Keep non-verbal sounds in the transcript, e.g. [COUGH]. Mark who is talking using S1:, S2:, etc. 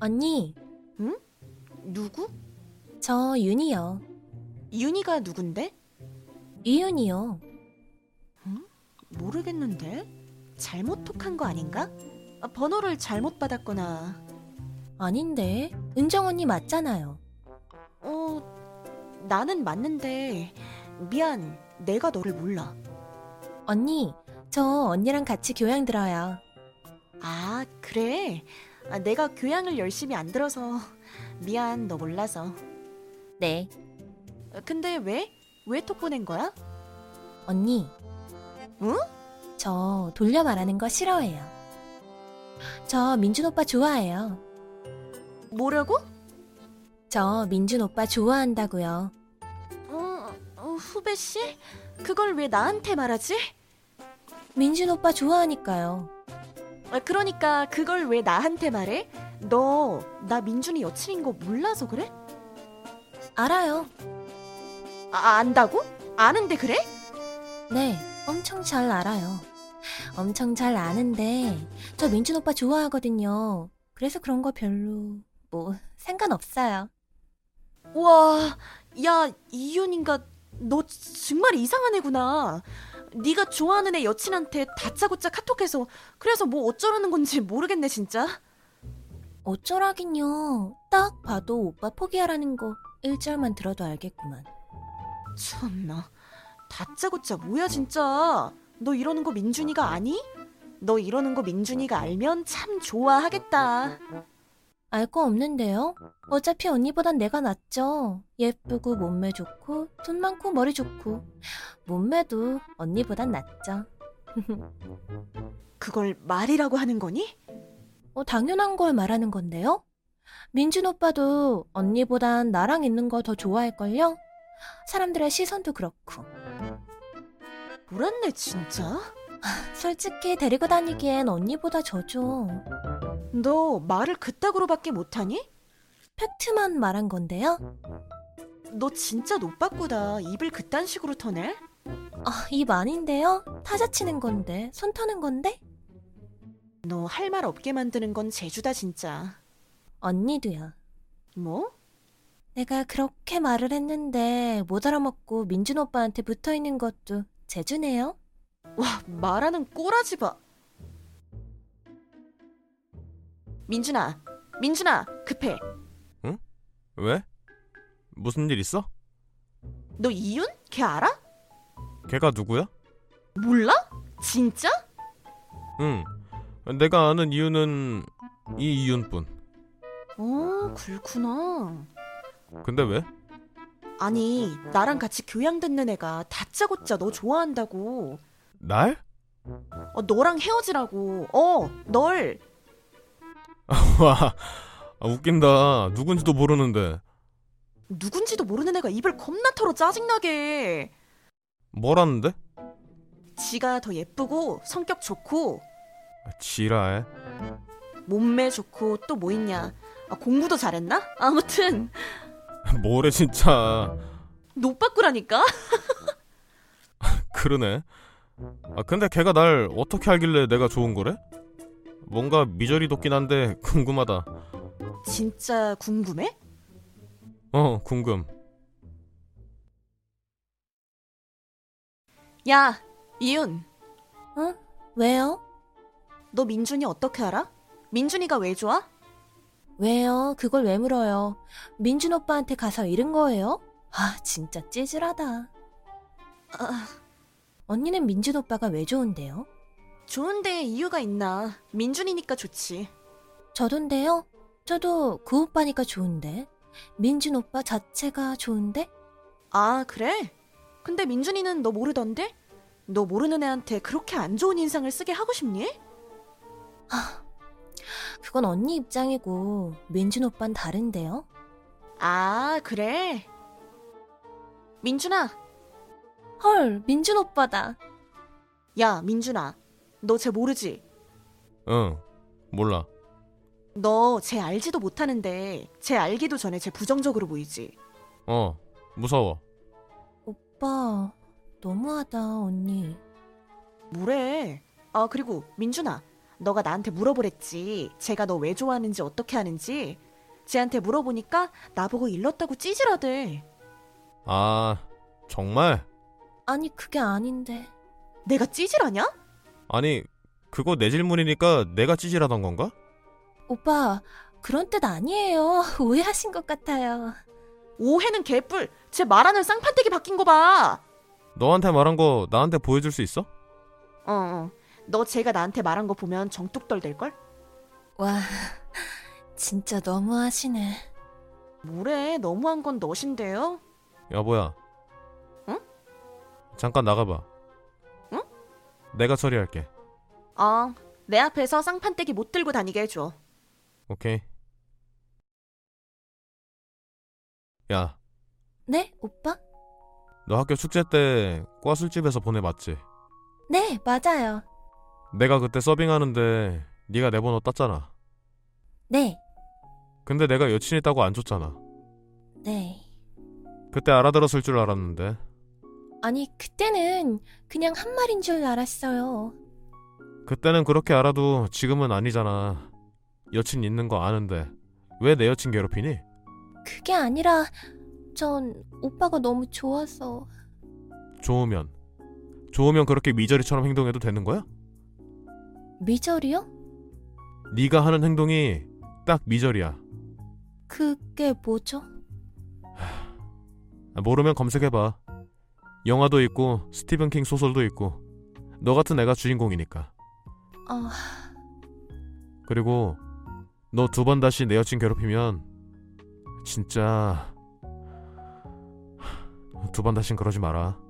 S1: 언니,
S2: 누구?
S1: 저 윤이요.
S2: 윤희가 누군데?
S1: 이윤이요.
S2: 모르겠는데. 잘못 톡한 거 아닌가? 아, 번호를 잘못 받았거나.
S1: 아닌데. 은정 언니 맞잖아요.
S2: 어, 나는 맞는데. 미안, 내가 너를 몰라.
S1: 언니, 저 언니랑 같이 교양 들어요.
S2: 아, 그래. 아, 내가 교양을 열심히 안 들어서. 미안, 너 몰라서.
S1: 네.
S2: 어, 근데 왜? 왜 톡 보낸 거야?
S1: 언니.
S2: 응?
S1: 저 돌려 말하는 거 싫어해요. 저 민준 오빠 좋아해요.
S2: 뭐라고?
S1: 저 민준 오빠 좋아한다고요.
S2: 어, 어, 후배 씨? 그걸 왜 나한테 말하지?
S1: 민준 오빠 좋아하니까요.
S2: 아, 그러니까 그걸 왜 나한테 말해? 너 나 민준이 여친인 거 몰라서 그래?
S1: 알아요.
S2: 아, 안다고? 아는데 그래?
S1: 네, 엄청 잘 알아요. 엄청 잘 아는데 저 민준 오빠 좋아하거든요. 그래서 그런 거 별로 뭐 상관없어요.
S2: 와, 야 이윤인가? 너 정말 이상한 애구나. 네가 좋아하는 애 여친한테 다짜고짜 카톡해서 그래서 뭐 어쩌라는 건지 모르겠네 진짜.
S1: 어쩌라긴요. 딱 봐도 오빠 포기하라는 거 1절만 들어도 알겠구만.
S2: 참나, 다짜고짜 뭐야 진짜. 너 이러는 거 민준이가 아니? 너 이러는 거 민준이가 알면 참 좋아하겠다.
S1: 알 거 없는데요? 어차피 언니보단 내가 낫죠. 예쁘고 몸매 좋고 돈 많고 머리 좋고 몸매도 언니보단 낫죠.
S2: 그걸 말이라고 하는 거니?
S1: 어, 당연한 걸 말하는 건데요? 민준 오빠도 언니보단 나랑 있는 거 더 좋아할걸요? 사람들의 시선도 그렇고.
S2: 뭐랬네 진짜.
S1: 솔직히 데리고 다니기엔 언니보다 저죠.
S2: 너 말을 그따구로밖에 못하니?
S1: 팩트만 말한 건데요?
S2: 너 진짜 노빠꾸다. 입을 그딴 식으로 터네.
S1: 아, 입 아닌데요? 타자 치는 건데, 손 터는 건데?
S2: 너 할 말 없게 만드는 건 재주다 진짜.
S1: 언니도요.
S2: 뭐?
S1: 내가 그렇게 말을 했는데 못 알아먹고 민준 오빠한테 붙어 있는 것도 재주네요.
S2: 와 말하는 꼬라지 봐. 민준아, 민준아 급해.
S3: 왜? 무슨 일 있어?
S2: 너 이윤? 걔 알아?
S3: 걔가 누구야?
S2: 몰라? 진짜?
S3: 응. 내가 아는 이유는 이 이윤뿐.
S2: 어 그렇구나.
S3: 근데 왜?
S2: 아니 나랑 같이 교양 듣는 애가 다짜고짜 너 좋아한다고.
S3: 날? [LAUGHS]
S2: 어, 너랑 헤어지라고. 어 널.
S3: 와, 아, 웃긴다. 누군지도 모르는데
S2: 누군지도 모르는 애가 입을 겁나 털어 짜증나게.
S3: 뭐라는데?
S2: 지가 더 예쁘고 성격 좋고
S3: 아, 지랄. [LAUGHS]
S2: 몸매 좋고 또 뭐 있냐. 아, 공부도 잘했나? 아무튼
S3: 뭐래 진짜.
S2: 노빠꾸라니까.
S3: 그러네. 아 근데 걔가 날 어떻게 알길래 내가 좋은 거래? 뭔가 미저리 돋긴 한데 궁금하다.
S2: 진짜 궁금해?
S3: 어, 궁금.
S2: 야 이윤,
S1: 왜요?
S2: 너 민준이 어떻게 알아? 민준이가 왜 좋아?
S1: 왜요? 그걸 왜 물어요? 민준 오빠한테 가서 잃은 거예요? 아, 진짜 찌질하다.
S2: 아,
S1: 언니는 민준 오빠가 왜 좋은데요?
S2: 좋은데 이유가 있나? 민준이니까 좋지.
S1: 저던데요? 저도 그 오빠니까 좋은데. 민준 오빠 자체가 좋은데?
S2: 아 그래? 근데 민준이는 너 모르던데? 너 모르는 애한테 그렇게 안 좋은 인상을 쓰게 하고 싶니?
S1: 그건 언니 입장이고, 민준 오빠는 다른데요?
S2: 아, 그래? 민준아,
S1: 헐, 민준 오빠다.
S2: 야, 민준아. 너 쟤 모르지?
S3: 응. 몰라.
S2: 너 쟤 알지도 못하는데, 쟤 알기도 전에 쟤 부정적으로 보이지?
S3: 어. 무서워.
S1: 오빠, 너무하다, 언니.
S2: 뭐래? 아, 그리고 민준아. 너가 나한테 물어보랬지. 제가 너 왜 좋아하는지 어떻게 하는지. 쟤한테 물어보니까 나보고 일렀다고 찌질하대.
S3: 아, 정말?
S1: 아니, 그게 아닌데.
S2: 내가 찌질하냐?
S3: 아니, 그거 내 질문이니까 내가 찌질하던 건가?
S1: 오빠, 그런 뜻 아니에요. [LAUGHS] 오해하신 것 같아요.
S2: 오해는 개뿔. 쟤 말하는 쌍판대기 바뀐 거 봐.
S3: 너한테 말한 거 나한테 보여줄 수 있어?
S2: 어, 어. 너 쟤가 나한테 말한 거 보면 정뚝떨 될걸?
S1: 와, 진짜 너무하시네.
S2: 뭐래, 너무한 건 너신데요?
S3: 여보야.
S2: 응?
S3: 잠깐 나가봐.
S2: 응?
S3: 내가 처리할게.
S2: 어, 내 앞에서 쌍판대기 못 들고 다니게 해줘.
S3: 오케이. 야,
S1: 네, 오빠?
S3: 너 학교 축제 때 꽈술집에서 보내봤지?
S1: 네, 맞아요.
S3: 내가 그때 서빙하는데 네가 내 번호 땄잖아.
S1: 네,
S3: 근데 내가 여친 있다고 안 줬잖아.
S1: 네.
S3: 그때 알아들었을 줄 알았는데.
S1: 아니, 그때는 그냥 한 말인 줄 알았어요.
S3: 그때는 그렇게 알아도 지금은 아니잖아. 여친 있는 거 아는데 왜 내 여친 괴롭히니?
S1: 그게 아니라, 전 오빠가 너무 좋아서.
S3: 좋으면 좋으면 그렇게 미저리처럼 행동해도 되는 거야?
S1: 미절이요?
S3: 네가 하는 행동이 딱 미저리야.
S1: 그게 뭐죠?
S3: 아, 모르면 검색해봐. 영화도 있고 스티븐 킹 소설도 있고 너 같은 애가 주인공이니까.
S1: 아,
S3: 그리고 너 두 번 다시 내 여친 괴롭히면 진짜 두 번 다신 그러지 마라.